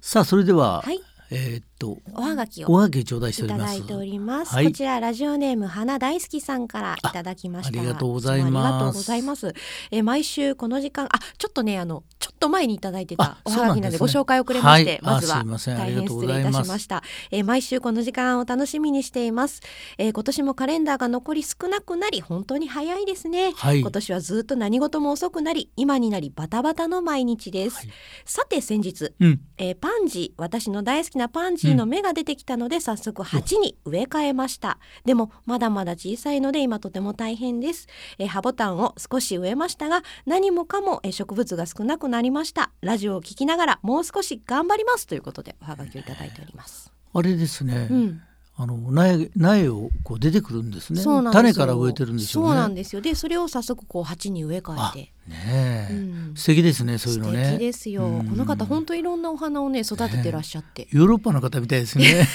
[SPEAKER 2] さあそれでは、
[SPEAKER 1] はい
[SPEAKER 2] えーっと
[SPEAKER 1] おはがき
[SPEAKER 2] お
[SPEAKER 1] を
[SPEAKER 2] はげ頂戴してお
[SPEAKER 1] い
[SPEAKER 2] り
[SPEAKER 1] た
[SPEAKER 2] ま
[SPEAKER 1] だ
[SPEAKER 2] す。
[SPEAKER 1] いております、
[SPEAKER 2] はい
[SPEAKER 1] こちらラジオネーム花大好きさんからいただきました
[SPEAKER 2] あありがとうございます
[SPEAKER 1] つもありがとうございますえー毎週この時間あちょっとねあのちょっと前にいただいてた
[SPEAKER 2] あ
[SPEAKER 1] おはがきなんで
[SPEAKER 2] そうなんですね
[SPEAKER 1] ご紹介遅れまして、
[SPEAKER 2] はい
[SPEAKER 1] まず
[SPEAKER 2] あ
[SPEAKER 1] は
[SPEAKER 2] すいません
[SPEAKER 1] 大
[SPEAKER 2] あり
[SPEAKER 1] 変
[SPEAKER 2] がとう
[SPEAKER 1] 失
[SPEAKER 2] ご
[SPEAKER 1] 礼
[SPEAKER 2] ざ
[SPEAKER 1] いた
[SPEAKER 2] います
[SPEAKER 1] しましたえー毎週この時間を楽しみにしています、えー今年もカレンダーが残り少なくなり本当に早いですね、
[SPEAKER 2] はい
[SPEAKER 1] 今年はずっと何事も遅くなり今になりバタバタの毎日です、
[SPEAKER 2] はい
[SPEAKER 1] さて先日
[SPEAKER 2] うん
[SPEAKER 1] えーパンジー私の大好きなパンジーの芽が出てきたので、早速鉢に植え替えましたでもまだまだ小さいので今とても大変です、えーハボタンを少し植えましたが何もかも、えー植物が少なくなりましたラジオを聞きながらもう少し頑張りますということでおはがきをいただいております、
[SPEAKER 2] あれですね、
[SPEAKER 1] うん、
[SPEAKER 2] あの苗苗をこう出てくるんですね
[SPEAKER 1] そうなんです
[SPEAKER 2] 種
[SPEAKER 1] よ
[SPEAKER 2] から植えてるんでしょうね
[SPEAKER 1] そうなんですよでそれを早速こう鉢に植え替えて、
[SPEAKER 2] ねえ、
[SPEAKER 1] うん
[SPEAKER 2] 素敵ですねそういうの
[SPEAKER 1] 素敵
[SPEAKER 2] ね
[SPEAKER 1] ですよ、
[SPEAKER 2] うん
[SPEAKER 1] この方本当いろんなお花をね育ててらっしゃって、
[SPEAKER 2] ヨーロッパの方みたい
[SPEAKER 1] (laughs)
[SPEAKER 2] ですね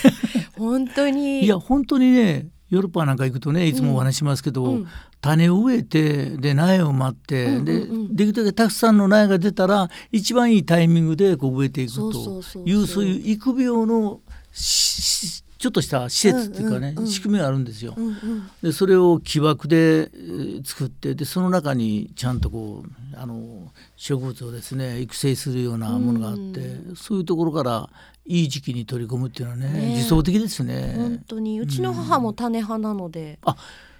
[SPEAKER 1] 本当に
[SPEAKER 2] いや本当にねヨーロッパなんか行くとねいつもお話ししますけど、
[SPEAKER 1] うん
[SPEAKER 2] 種を植えてで苗を待って、
[SPEAKER 1] うんうんうん
[SPEAKER 2] でできるだけたくさんの苗が出たら一番いいタイミングでこう植えていく
[SPEAKER 1] そ
[SPEAKER 2] という
[SPEAKER 1] そ
[SPEAKER 2] うそう
[SPEAKER 1] そうそう
[SPEAKER 2] ういう育苗のししちょっとした施設っていうかね、
[SPEAKER 1] うんうんうん
[SPEAKER 2] 仕組みがあるんですよ。
[SPEAKER 1] うんうん
[SPEAKER 2] でそれを木枠でえー作ってでその中にちゃんとこうあの植物をですね育成するようなものがあって、
[SPEAKER 1] う
[SPEAKER 2] そういうところからいい時期に取り込むっていうのはね
[SPEAKER 1] ねえ
[SPEAKER 2] 理想的ですね。
[SPEAKER 1] 本当にうちの母も種派なので、
[SPEAKER 2] あ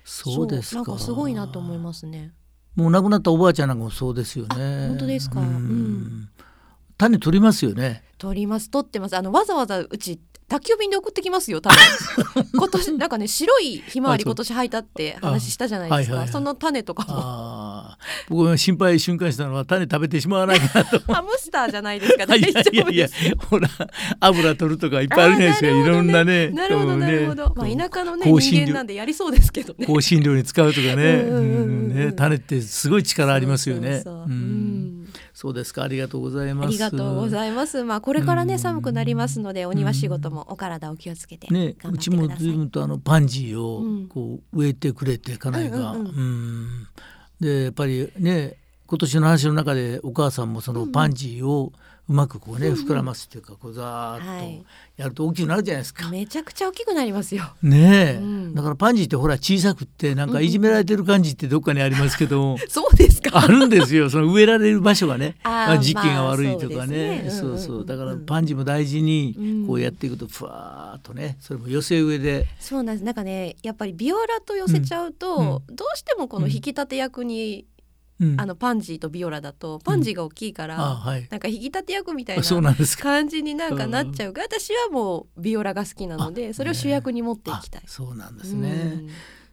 [SPEAKER 2] そうですか。
[SPEAKER 1] なんかすごいなと思いますね
[SPEAKER 2] もう亡くなったおばあちゃんなんかもそうですよね。
[SPEAKER 1] 本当ですか
[SPEAKER 2] うん
[SPEAKER 1] うん
[SPEAKER 2] 種取りますよね。
[SPEAKER 1] 取ります取ってますあのわざわざうち宅急便で送ってきますよ多分
[SPEAKER 2] (laughs)
[SPEAKER 1] 今年なんかね白いひまわり
[SPEAKER 2] あそう
[SPEAKER 1] 今年履いたって話したじゃないですか、
[SPEAKER 2] あはいはいはい
[SPEAKER 1] その種とかも
[SPEAKER 2] ああ、僕が心配瞬間したのは種食べてしまわないかなと。
[SPEAKER 1] (laughs) ハムスターじゃないですか大
[SPEAKER 2] い
[SPEAKER 1] 丈
[SPEAKER 2] やいや
[SPEAKER 1] 夫
[SPEAKER 2] いや
[SPEAKER 1] です、
[SPEAKER 2] ほら、油取るとかいっぱいあるじゃないですか。
[SPEAKER 1] あー
[SPEAKER 2] いろんなね。
[SPEAKER 1] なるほ
[SPEAKER 2] こ
[SPEAKER 1] ど
[SPEAKER 2] うね
[SPEAKER 1] なるほど、
[SPEAKER 2] こう
[SPEAKER 1] まあ田舎のね
[SPEAKER 2] 香辛
[SPEAKER 1] 人
[SPEAKER 2] 料
[SPEAKER 1] 間なんでやりそうですけどね
[SPEAKER 2] 香辛料に使うとかね。
[SPEAKER 1] うんうんうんうん
[SPEAKER 2] うんね、種ってすごい力ありますよ
[SPEAKER 1] そ
[SPEAKER 2] ね。
[SPEAKER 1] うそう
[SPEAKER 2] う
[SPEAKER 1] そうん
[SPEAKER 2] そうですか。ありがとうございます。
[SPEAKER 1] ありがとうございますまあこれから
[SPEAKER 2] うん
[SPEAKER 1] ね寒くなりますのでお庭仕事もお体お気をつけて頑張って
[SPEAKER 2] ね、
[SPEAKER 1] ください、
[SPEAKER 2] うちも随分とあのパンジー
[SPEAKER 1] うん
[SPEAKER 2] をこう植えてくれて家内が、
[SPEAKER 1] う
[SPEAKER 2] うんん
[SPEAKER 1] うん
[SPEAKER 2] でやっぱりね今年の話の中でお母さんもそのパンジーをうまくこうね、膨らますっていうかこうざ
[SPEAKER 1] は
[SPEAKER 2] ー
[SPEAKER 1] い
[SPEAKER 2] っとやると大きくなるじゃないですか。
[SPEAKER 1] めちゃくちゃ大きくなります
[SPEAKER 2] (laughs)
[SPEAKER 1] よ
[SPEAKER 2] ねえ、
[SPEAKER 1] うん
[SPEAKER 2] だからパンジーってほら小さくってなんかいじめられてる感じってどっかにありますけど、
[SPEAKER 1] そうですか
[SPEAKER 2] (laughs) あるんですよその植えられる場所がね
[SPEAKER 1] あー
[SPEAKER 2] まあ時期が悪いと
[SPEAKER 1] まあそう
[SPEAKER 2] かね,、
[SPEAKER 1] ですね
[SPEAKER 2] そう
[SPEAKER 1] うんうんうん
[SPEAKER 2] そうだからパンジーも大事にこうやっていくとふわーっとねそれも寄せ植えで
[SPEAKER 1] そうなんですなんかねやっぱりビオラと寄せちゃうと、どうしてもこの引き立て役に、
[SPEAKER 2] うん
[SPEAKER 1] あのパンジーとビオラだとパンジーが大きいから、
[SPEAKER 2] あはい
[SPEAKER 1] なんか引き立て役みたい
[SPEAKER 2] あそう
[SPEAKER 1] な
[SPEAKER 2] なんですか
[SPEAKER 1] 感じになんかなっちゃうから私はもうビオラが好きなので
[SPEAKER 2] あ
[SPEAKER 1] それを主役に持っていきたい
[SPEAKER 2] あ。そうなんです
[SPEAKER 1] う
[SPEAKER 2] ね、
[SPEAKER 1] ん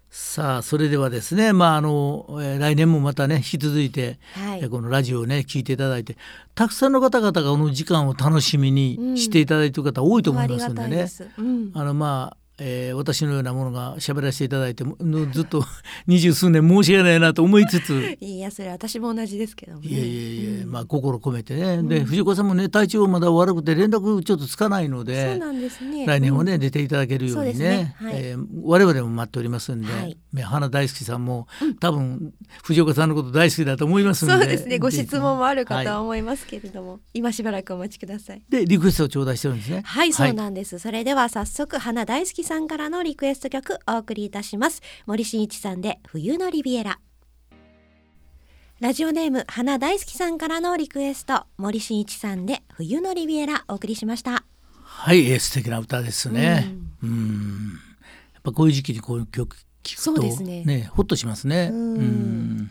[SPEAKER 2] さあそれではですねまああの、えー来年もまたね引き続いて、
[SPEAKER 1] は
[SPEAKER 2] えー
[SPEAKER 1] い、
[SPEAKER 2] このラジオをね聞いていただいてたくさんの方々がこの時間を楽しみにしていただいている方多いと思いますんで
[SPEAKER 1] ありがたいで
[SPEAKER 2] ね、
[SPEAKER 1] す。うん、
[SPEAKER 2] あのまあ、えー私のようなものが喋らせていただいてものずっと (laughs) 二十数年申し訳ないなと思い
[SPEAKER 1] (laughs)
[SPEAKER 2] つつ
[SPEAKER 1] いやそれ私も同じですけどもね。
[SPEAKER 2] いやいやいや、
[SPEAKER 1] うん
[SPEAKER 2] まあ心込めてね、で藤子さんもね体調まだ悪くて連絡ちょっとつかないので
[SPEAKER 1] そうなんですね。
[SPEAKER 2] 来年も
[SPEAKER 1] うん
[SPEAKER 2] ね、出ていただけるよう
[SPEAKER 1] そうで
[SPEAKER 2] に
[SPEAKER 1] す
[SPEAKER 2] ね
[SPEAKER 1] ねはい
[SPEAKER 2] えー我々も待っておりますんで、
[SPEAKER 1] はい
[SPEAKER 2] ね花大好きさんも、多分藤岡さんのこと大好きだと思いますんで
[SPEAKER 1] そうですね。ご質問もあるか
[SPEAKER 2] 方
[SPEAKER 1] とは思いますけれども、今しばらくお待ちください。
[SPEAKER 2] でリクエストを頂戴してるんですね
[SPEAKER 1] はい、そうなんです。それでは早速花大好きさんからのリクエスト曲お送りいたします。森進一さんで冬のリビエラ。ラジオネーム花大好きさんからのリクエスト森進一さんで冬のリビエラお送りしました。
[SPEAKER 2] はい、えー素敵な歌ですねうんやっぱこういう時期にこういう曲聞くと
[SPEAKER 1] そうですね
[SPEAKER 2] ほっとしますね
[SPEAKER 1] うん
[SPEAKER 2] うん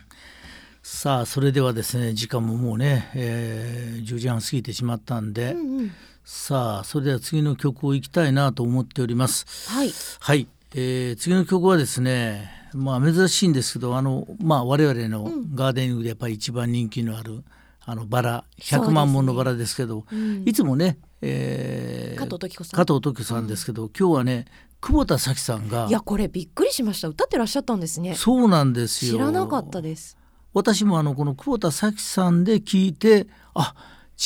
[SPEAKER 2] さあそれではですね時間ももうね、えー10時半過ぎてしまったんで、
[SPEAKER 1] うんうん、
[SPEAKER 2] さあそれでは次の曲をいきたいなと思っております
[SPEAKER 1] はい。
[SPEAKER 2] はい、えー次の曲はですねまあ珍しいんですけどあの、まあ、我々のガーデニングでやっぱり一番人気のある、あのバラ100万本のバラですけど
[SPEAKER 1] うん
[SPEAKER 2] いつもね、えー
[SPEAKER 1] 加藤時子さん
[SPEAKER 2] 加藤時子さんですけど、今日はね久保田早紀さんが
[SPEAKER 1] いやこれびっくりしました。歌ってらっしゃったんですね。
[SPEAKER 2] そうなんですよ
[SPEAKER 1] 知らなかったです。
[SPEAKER 2] 私もあのこの久保田早紀さんで聞いてあ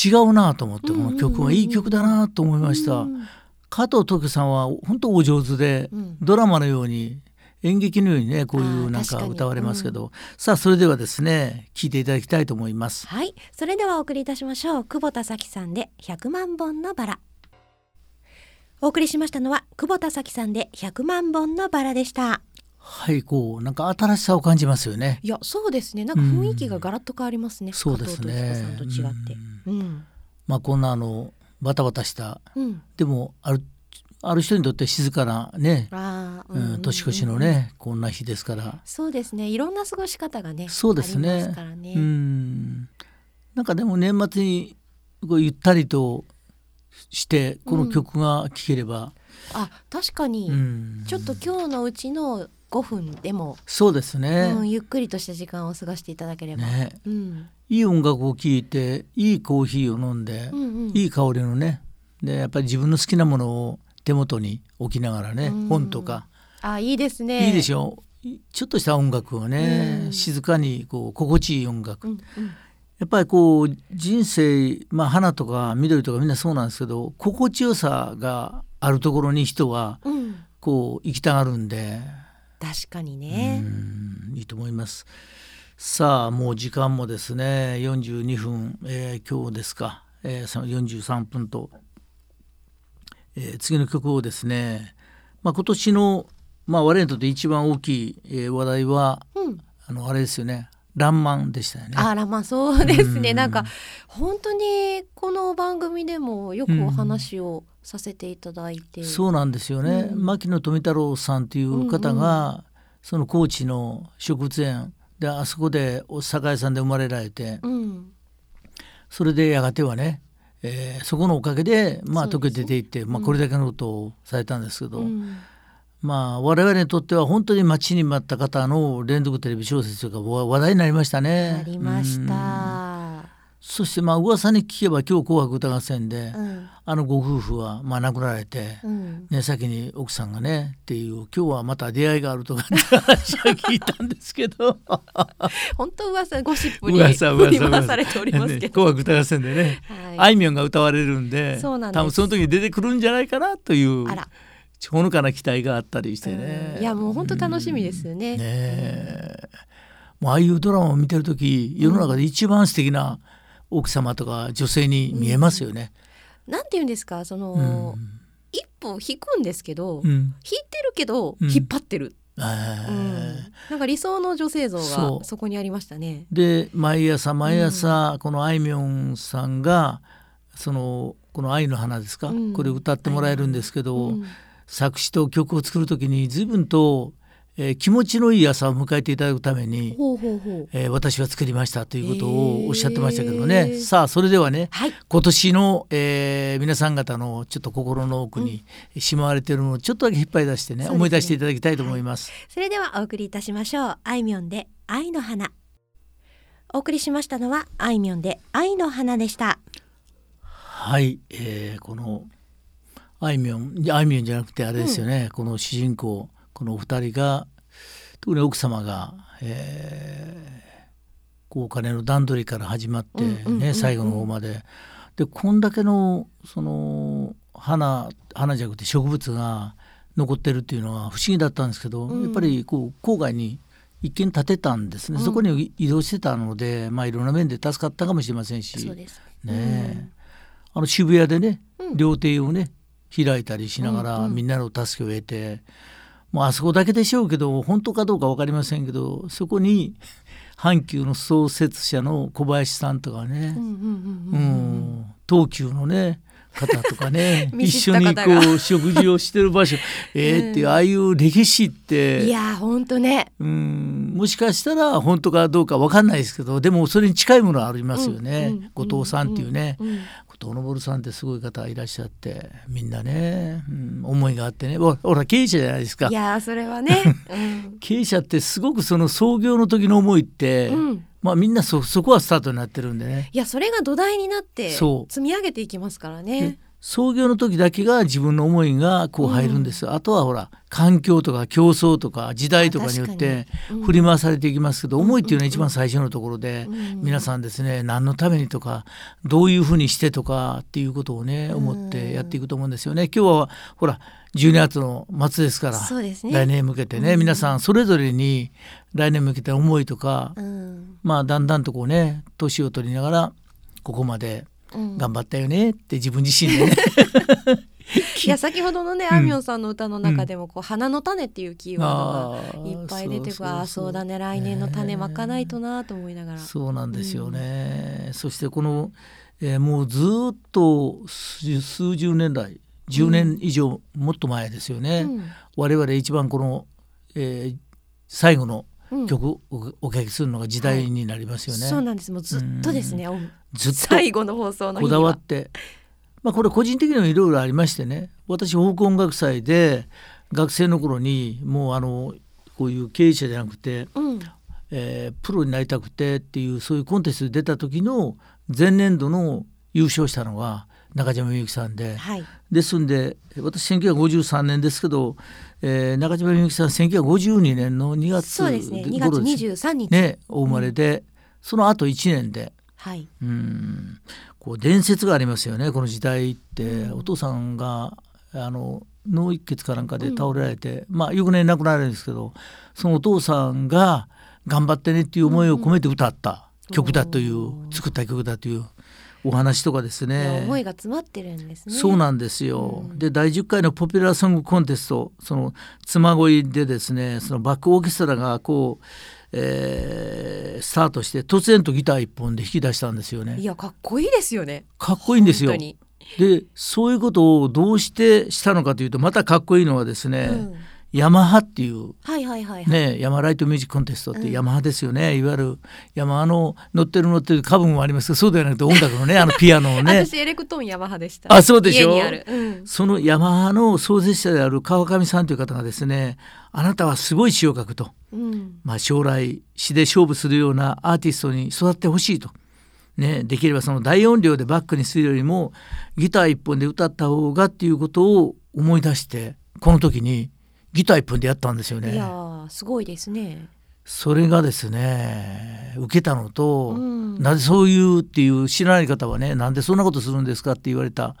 [SPEAKER 2] 違うなと思ってこ
[SPEAKER 1] うんうんうんう
[SPEAKER 2] の
[SPEAKER 1] ん
[SPEAKER 2] 曲はいい曲だなと思いました。
[SPEAKER 1] うん
[SPEAKER 2] 加藤時生さんは本当お上手で、
[SPEAKER 1] うん
[SPEAKER 2] ドラマのように演劇のようにねこうい
[SPEAKER 1] あー
[SPEAKER 2] うなん
[SPEAKER 1] 確か
[SPEAKER 2] か
[SPEAKER 1] に
[SPEAKER 2] 歌われますけど、さあそれではですね聞いていただきたいと思います。
[SPEAKER 1] はい、それではお送りいたしましょう。久保田咲さんで100万本のバラ。お送りしましたのは久保田咲さんで100万本のバラでした。
[SPEAKER 2] はいこうなんか新しさを感じますよね。
[SPEAKER 1] いや、そうですね。なんか雰囲気がガラッと変わりますね。
[SPEAKER 2] そうですね
[SPEAKER 1] 加藤登紀子さんと違って。うん、
[SPEAKER 2] まあこんなあのバタバタした
[SPEAKER 1] うん、
[SPEAKER 2] でもあるある人にとって静かなね、
[SPEAKER 1] ああ、
[SPEAKER 2] うん、年越しの。ねこんな日ですから。
[SPEAKER 1] そうですね。いろんな過ごし方がね。
[SPEAKER 2] そうです
[SPEAKER 1] あり
[SPEAKER 2] ね
[SPEAKER 1] ますからね。
[SPEAKER 2] うんなんかでも年末にこうゆったりとしてこの曲が聴ければ、
[SPEAKER 1] あ、確かに、
[SPEAKER 2] うん
[SPEAKER 1] ちょっと今日のうちの5分でも、
[SPEAKER 2] そうですね。
[SPEAKER 1] うん、ゆっくりとした時間を過ごしていただければ。
[SPEAKER 2] ね
[SPEAKER 1] うん、
[SPEAKER 2] いい音楽を聴いていいコーヒーを飲んで、
[SPEAKER 1] うん、うん。
[SPEAKER 2] いい香りのねでやっぱり自分の好きなものを手元に置きながらね
[SPEAKER 1] うん
[SPEAKER 2] 本とか
[SPEAKER 1] あいいですね
[SPEAKER 2] いいでしょちょっとした音楽を
[SPEAKER 1] う
[SPEAKER 2] ね
[SPEAKER 1] ん
[SPEAKER 2] 静かにこう心地いい音楽
[SPEAKER 1] うんうん
[SPEAKER 2] やっぱりこう人生、まあ、花とか緑とかみんなそうなんですけど心地よさがあるところに人は
[SPEAKER 1] うん
[SPEAKER 2] こう行きたがるんで、
[SPEAKER 1] 確かにね
[SPEAKER 2] うんいいと思います。さあもう時間もですね42分、えー今日ですか、えー、その43分と、えー次の曲をですね、まあ、今年の、まあ、我々にとって一番大きい、えー話題は
[SPEAKER 1] うん、
[SPEAKER 2] あのあれですよね「らんまん」でしたよね。
[SPEAKER 1] あらまあそうですね
[SPEAKER 2] うん
[SPEAKER 1] なんか本当にこの番組でもよくお話をさせていただいて、
[SPEAKER 2] そうなんですよね、
[SPEAKER 1] うん
[SPEAKER 2] 牧野富太郎さんという方が、その高知の植物園であそこでお酒屋さんで生まれられて
[SPEAKER 1] うん
[SPEAKER 2] それでやがてはね、えーそこのおかげで、まあ、
[SPEAKER 1] そ
[SPEAKER 2] 溶
[SPEAKER 1] うで
[SPEAKER 2] け
[SPEAKER 1] すね
[SPEAKER 2] てていって、まあ、
[SPEAKER 1] うん
[SPEAKER 2] これだけのことをされたんですけど、
[SPEAKER 1] うん
[SPEAKER 2] まあ、我々にとっては本当に待ちに待った方の連続テレビ小説がわ話題になりましたね。
[SPEAKER 1] なりまし
[SPEAKER 2] うん
[SPEAKER 1] た。
[SPEAKER 2] そしてまあ噂に聞けば今日「紅白歌合戦で」
[SPEAKER 1] うん
[SPEAKER 2] あのご夫婦はまあ亡くなられて。
[SPEAKER 1] うん
[SPEAKER 2] ね、先に奥さんがねっていう今日はまた出会いがあると
[SPEAKER 1] (laughs)
[SPEAKER 2] かって話は聞いたんですけど
[SPEAKER 1] 本当噂ゴシップに
[SPEAKER 2] 噂噂
[SPEAKER 1] 振り
[SPEAKER 2] 噂
[SPEAKER 1] 回されております
[SPEAKER 2] ね
[SPEAKER 1] けど、
[SPEAKER 2] 紅白歌合戦でね、
[SPEAKER 1] は
[SPEAKER 2] あ
[SPEAKER 1] い、
[SPEAKER 2] いみょんが歌われるんで
[SPEAKER 1] そうなんです
[SPEAKER 2] 多分その時に出てくるんじゃないかなという
[SPEAKER 1] あら、
[SPEAKER 2] ほのかな期待があったりしてね
[SPEAKER 1] うんいやもう本当楽しみですよ
[SPEAKER 2] う
[SPEAKER 1] ね
[SPEAKER 2] んねえもうああいうドラマを見てる時世の中で一番素敵な奥様とか女性に見えますよね。
[SPEAKER 1] なんて言うんですかその、
[SPEAKER 2] うん
[SPEAKER 1] 一歩引くんですけど、
[SPEAKER 2] う
[SPEAKER 1] 引い
[SPEAKER 2] ん
[SPEAKER 1] てるけど
[SPEAKER 2] うん
[SPEAKER 1] 引っ張ってる、
[SPEAKER 2] え
[SPEAKER 1] うん
[SPEAKER 2] ー
[SPEAKER 1] なんか理想の女性像
[SPEAKER 2] そ
[SPEAKER 1] が
[SPEAKER 2] う
[SPEAKER 1] そこにありましたね。
[SPEAKER 2] で毎朝毎朝、このあいみょんさんがそのこの「愛の花」ですか、
[SPEAKER 1] うん
[SPEAKER 2] これ歌ってもらえるんですけど、
[SPEAKER 1] うん
[SPEAKER 2] 作詞と曲を作る時に随分と、えー気持ちのいい朝を迎えていただくために、
[SPEAKER 1] ほうほうほう。
[SPEAKER 2] えー私は作りましたということをおっしゃってましたけどね、
[SPEAKER 1] へー
[SPEAKER 2] さあそれではね
[SPEAKER 1] はい。
[SPEAKER 2] 今年の、えー皆さん方のちょっと心の奥にしまわれているのをちょっとだけ引っ張り出して
[SPEAKER 1] そう
[SPEAKER 2] ね
[SPEAKER 1] ですね
[SPEAKER 2] 思い出していただきたいと思います。
[SPEAKER 1] それではお送りいたしましょう。あいみょんで愛の花。お送りしましたのはあいみょんで愛の花でした。
[SPEAKER 2] はい、えーこのあいみょんいやあいみょんじゃなくてあれですよね、この主人公このお二人が特に奥様が、えーこうお金の段取りから始まって、
[SPEAKER 1] う
[SPEAKER 2] ね
[SPEAKER 1] んうんうんうん
[SPEAKER 2] 最後の方まででこんだけのその花花じゃなくて植物が残ってるっていうのは不思議だったんですけど、
[SPEAKER 1] うん
[SPEAKER 2] やっぱりこう郊外に一軒建てたんですね、
[SPEAKER 1] うん
[SPEAKER 2] そこに移動してたので、まあ、いろんな面で助かったかもしれませんし。
[SPEAKER 1] そうです。
[SPEAKER 2] ねえあの渋谷でね、
[SPEAKER 1] うん
[SPEAKER 2] 料亭をね開いたりしながら、
[SPEAKER 1] うんうん
[SPEAKER 2] みんなの助けを得てもうあそこだけでしょうけど本当かどうか分かりませんけどそこに (laughs) 阪急の創設者の小林さんとかね
[SPEAKER 1] う、んうんう
[SPEAKER 2] う
[SPEAKER 1] んんうんうん。
[SPEAKER 2] 東急のね方とか
[SPEAKER 1] (laughs)
[SPEAKER 2] ね
[SPEAKER 1] 見
[SPEAKER 2] 一
[SPEAKER 1] 知っ
[SPEAKER 2] 緒
[SPEAKER 1] た方
[SPEAKER 2] に
[SPEAKER 1] が
[SPEAKER 2] こう食事をしてる場
[SPEAKER 1] (laughs)
[SPEAKER 2] 所えーっていうああいう歴史っ
[SPEAKER 1] い
[SPEAKER 2] て
[SPEAKER 1] やー本当ね。
[SPEAKER 2] うんもしかしたら本当かどうか分かんないですけどでもそれに近いものはありますよね、
[SPEAKER 1] うんうん
[SPEAKER 2] 後藤さんっていうね。
[SPEAKER 1] うん
[SPEAKER 2] 後藤昇さんってすごい方いらっしゃってみんなね、うん思いがあってねほほら経営者じゃないですか
[SPEAKER 1] いやーそれは
[SPEAKER 2] (laughs)
[SPEAKER 1] ね。うん
[SPEAKER 2] 経営者ってすごくその創業の時の思いって、
[SPEAKER 1] うん
[SPEAKER 2] まあみんなそそこはスタートになってるんでね
[SPEAKER 1] いやそれが土台になって
[SPEAKER 2] そ
[SPEAKER 1] 積
[SPEAKER 2] う
[SPEAKER 1] み上げていきますから
[SPEAKER 2] で
[SPEAKER 1] ね。
[SPEAKER 2] 創業の時だけが自分の思いがこう入るんです、あとはほら環境とか競争とか時代とかによって
[SPEAKER 1] うん
[SPEAKER 2] 振り回されていきますけど、思いっていう
[SPEAKER 1] うんうんう
[SPEAKER 2] のは
[SPEAKER 1] ん
[SPEAKER 2] 一番最初のところで、
[SPEAKER 1] うん
[SPEAKER 2] 皆さんですね何のためにとかどういうふうにしてとかっていうことをね
[SPEAKER 1] ん
[SPEAKER 2] 思ってやっていくと思うんですよね。今日はほら12月の末ですから
[SPEAKER 1] そうですね。
[SPEAKER 2] 来年へ向けてね、
[SPEAKER 1] うん
[SPEAKER 2] 皆さんそれぞれに来年へ向けて思いとか、
[SPEAKER 1] うん
[SPEAKER 2] まあだんだんとこうね年を取りながらここまで
[SPEAKER 1] うん
[SPEAKER 2] 頑張ったよねって自分自身でね
[SPEAKER 1] いや先ほどのねあみょんさんの歌の中でもこう花の種っていうキーワ
[SPEAKER 2] あ
[SPEAKER 1] ード
[SPEAKER 2] ー
[SPEAKER 1] がいっぱい出てく
[SPEAKER 2] そ
[SPEAKER 1] る
[SPEAKER 2] うそう
[SPEAKER 1] あーそうだね来年の種まかないとなと思いながら。
[SPEAKER 2] そうなんですよね。そしてこの、えーもうずーっと数数十年来10年以上もっと前ですよね。
[SPEAKER 1] うん
[SPEAKER 2] 我々一番この、えー最後の
[SPEAKER 1] うん
[SPEAKER 2] 曲をお聞きするのが時代になりますよね。
[SPEAKER 1] そうなんですもうずっとですね。
[SPEAKER 2] ずっ
[SPEAKER 1] 最
[SPEAKER 2] と
[SPEAKER 1] 後の放送の日
[SPEAKER 2] こ
[SPEAKER 1] には
[SPEAKER 2] だわって、まあ、これ個人的にもいろいろありましてね私北音楽祭で学生の頃にもうあのこういう経営者じゃなくて
[SPEAKER 1] うん
[SPEAKER 2] えープロになりたくてっていうそういうコンテストに出た時の前年度の優勝したのは中島みゆきさんで、
[SPEAKER 1] はい
[SPEAKER 2] ですんで私1953年ですけど、えー中島みゆきさん1952年の2月
[SPEAKER 1] そうですね2月
[SPEAKER 2] 頃ですね
[SPEAKER 1] 23日、
[SPEAKER 2] ねお生まれで、その後1年で
[SPEAKER 1] はい
[SPEAKER 2] うんこう伝説がありますよねこの時代って、お父さんがあの脳一血かなんかで倒れられて、まあ翌年亡くなられるんですけどそのお父さんが頑張ってねっていう思いを込めて歌った曲だという、
[SPEAKER 1] おー
[SPEAKER 2] 作った曲だというお話とかです
[SPEAKER 1] いや
[SPEAKER 2] ね。
[SPEAKER 1] 思いが詰まってるんですね
[SPEAKER 2] そうなんですよ、
[SPEAKER 1] うん
[SPEAKER 2] で第10回のポピュラーソングコンテストその妻恋でですねそのバックオーケストラがこう、えースタートして突然とギター一本で弾き出したんですよ
[SPEAKER 1] い
[SPEAKER 2] ね
[SPEAKER 1] やかっこいいですよね
[SPEAKER 2] かっこいいんですよ
[SPEAKER 1] 本当に、
[SPEAKER 2] でそういうことをどうしてしたのかというとまたかっこいいのはですね、
[SPEAKER 1] うん
[SPEAKER 2] ヤマハっていう
[SPEAKER 1] はいはいはいはい、
[SPEAKER 2] ね、ヤマライトミュージックコンテストっ
[SPEAKER 1] う
[SPEAKER 2] て
[SPEAKER 1] ん
[SPEAKER 2] ヤマハですよね、いわゆるヤマハの乗ってる乗ってるカブもありますけどそうではなくて音楽
[SPEAKER 1] (laughs)
[SPEAKER 2] のねあのピアノをね
[SPEAKER 1] 私エレクトーンヤマハでした
[SPEAKER 2] あそうでしょ
[SPEAKER 1] 家にある、うん
[SPEAKER 2] そのヤマハの創設者である川上さんという方がですねあなたはすごい詩を書くと、
[SPEAKER 1] うん
[SPEAKER 2] まあ、将来詩で勝負するようなアーティストに育ってほしいと、ね、できればその大音量でバックにするよりもギター一本で歌った方がっていうことを思い出してこの時にギター一本でやったんですよ
[SPEAKER 1] いや
[SPEAKER 2] ね。
[SPEAKER 1] ーすごいですね、
[SPEAKER 2] それがですね受けたのと、
[SPEAKER 1] うん
[SPEAKER 2] なぜそういうっていう知らない方はねなんでそんなことするんですかって言われた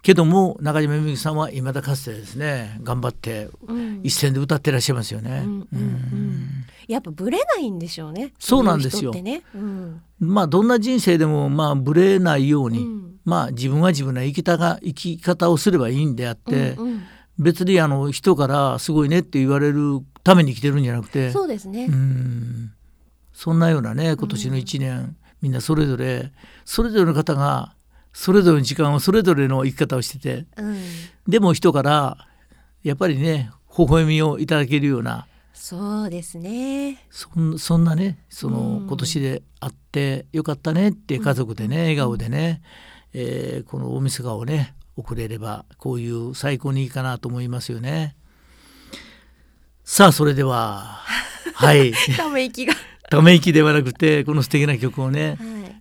[SPEAKER 2] けども中島みゆきさんはいまだかつてですね頑張って
[SPEAKER 1] うん
[SPEAKER 2] 一線で歌ってらっしゃいますよ
[SPEAKER 1] う
[SPEAKER 2] ね。
[SPEAKER 1] んうんう
[SPEAKER 2] うん
[SPEAKER 1] んやっぱブレないんでしょうね
[SPEAKER 2] そうなんですよ
[SPEAKER 1] こういう人ってね、うん
[SPEAKER 2] まあどんな人生でもまあブレないように、
[SPEAKER 1] うん
[SPEAKER 2] まあ自分は自分の生きたが生き方をすればいいんであって、
[SPEAKER 1] うんうん
[SPEAKER 2] 別にあの人からすごいねって言われるために生きてるんじゃなくて
[SPEAKER 1] そうですね、
[SPEAKER 2] うんそんなようなね今年の1年、みんなそれぞれそれぞれの方がそれぞれの時間をそれぞれの生き方をしてて
[SPEAKER 1] うん、
[SPEAKER 2] でも人からやっぱりね微笑みをいただけるような
[SPEAKER 1] そうですね
[SPEAKER 2] そんそんなねその
[SPEAKER 1] うん
[SPEAKER 2] 今年で会ってよかったねって家族でね笑顔でね、えーこの大晦日をね送れればこういう最高にいいかなと思いますよね。さあそれ
[SPEAKER 1] (laughs)
[SPEAKER 2] でははい
[SPEAKER 1] ため (laughs) 息が
[SPEAKER 2] ため息ではなくてこの素敵な曲をね、
[SPEAKER 1] はい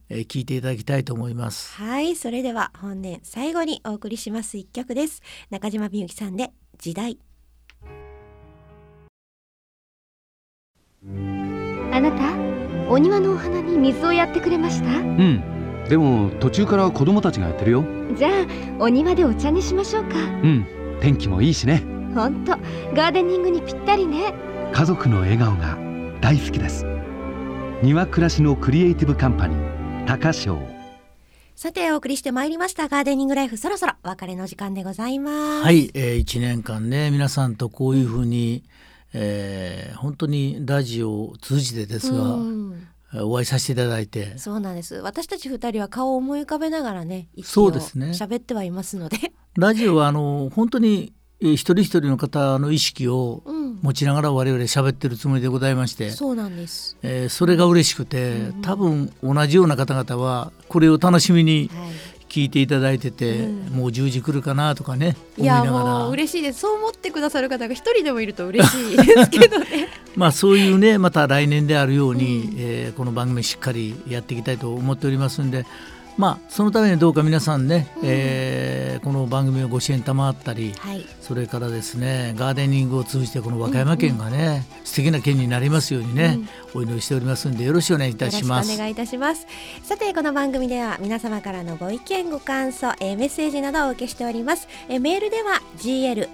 [SPEAKER 2] えー聞いていただきたいと思います。
[SPEAKER 1] はいそれでは本年最後にお送りします一曲です中島みゆきさんで時代
[SPEAKER 3] あなたお庭のお花に水をやってくれました
[SPEAKER 5] うんでも途中から子供たちがやってるよ
[SPEAKER 3] じゃあお庭でお茶にしましょうか
[SPEAKER 5] うん天気もいいしね
[SPEAKER 3] ほんとガーデニングにぴったりね
[SPEAKER 5] 家族の笑顔が大好きです庭暮らしのクリエイティブカンパニー高翔
[SPEAKER 1] さてお送りしてまいりましたガーデニングライフそろそろお別れの時間でございます
[SPEAKER 2] はい、えー、1年間ね皆さんとこういうふうに、えー本当にラジオを通じてですが、
[SPEAKER 1] うん
[SPEAKER 2] えーお会いさせていただいて
[SPEAKER 1] そうなんです私たち二人は顔を思い浮かべながらね一
[SPEAKER 2] そ
[SPEAKER 1] 応
[SPEAKER 2] うですね
[SPEAKER 1] 喋ってはいますので
[SPEAKER 2] ラジオはあの本当に、えー一人一人の方の意識を
[SPEAKER 1] うん
[SPEAKER 2] 持ちながら我々喋ってるつもりでございまして、
[SPEAKER 1] そうなんです
[SPEAKER 2] えーそれが嬉しくて、
[SPEAKER 1] うん
[SPEAKER 2] 多分同じような方々はこれを楽しみに
[SPEAKER 1] はい
[SPEAKER 2] 聞いていただいてて、
[SPEAKER 1] うん
[SPEAKER 2] もう10時来るかなとかね思
[SPEAKER 1] い
[SPEAKER 2] いな
[SPEAKER 1] や
[SPEAKER 2] が
[SPEAKER 1] もう
[SPEAKER 2] ら
[SPEAKER 1] 嬉しいですそう思ってくださる方が一人でもいると嬉しいですけど
[SPEAKER 2] (laughs)
[SPEAKER 1] ね
[SPEAKER 2] まあそういうねまた来年であるように、
[SPEAKER 1] うん
[SPEAKER 2] えーこの番組しっかりやっていきたいと思っておりますんで。まあ、そのためにどうか皆さんね、
[SPEAKER 1] うん
[SPEAKER 2] えーこの番組をご支援賜ったり、
[SPEAKER 1] はい
[SPEAKER 2] それからですねガーデニングを通じてこの和歌山県がね、素敵な県になりますようにね、お祈りしておりますんでよろしくお願いいたしま
[SPEAKER 1] よろしくお
[SPEAKER 2] す。
[SPEAKER 1] 願いいたしますさてこの番組では皆様からのご意見ご感想、えーメッセージなどをお受けしております、えーメールでは gl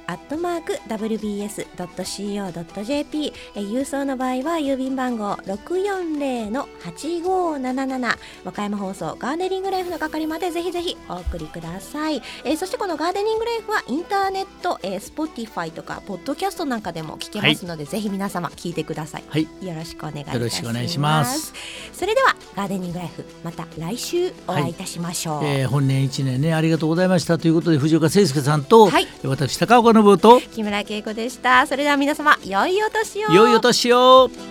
[SPEAKER 1] wbs.co.jp、えー郵送の場合は郵便番号640の8577和歌山放送ガーデニングライフの係までぜひぜひお送りください、えーそしてこのガーデニングライフはインターネット、えー、Spotify とかポッドキャストなんかでも聞けますので、ぜひ皆様聞いてください、
[SPEAKER 2] はい
[SPEAKER 1] よろしくお願いいたします
[SPEAKER 2] よろしくお願いします。
[SPEAKER 1] それではガーデニングライフまた来週お会いいたしましょう、
[SPEAKER 2] えー本年一年ねありがとうございましたということで藤岡誠介さんと、
[SPEAKER 1] はい
[SPEAKER 2] 私高岡信夫と
[SPEAKER 1] 木村恵子でしたそれでは皆様良いお年を
[SPEAKER 2] 良いお年を。
[SPEAKER 3] 「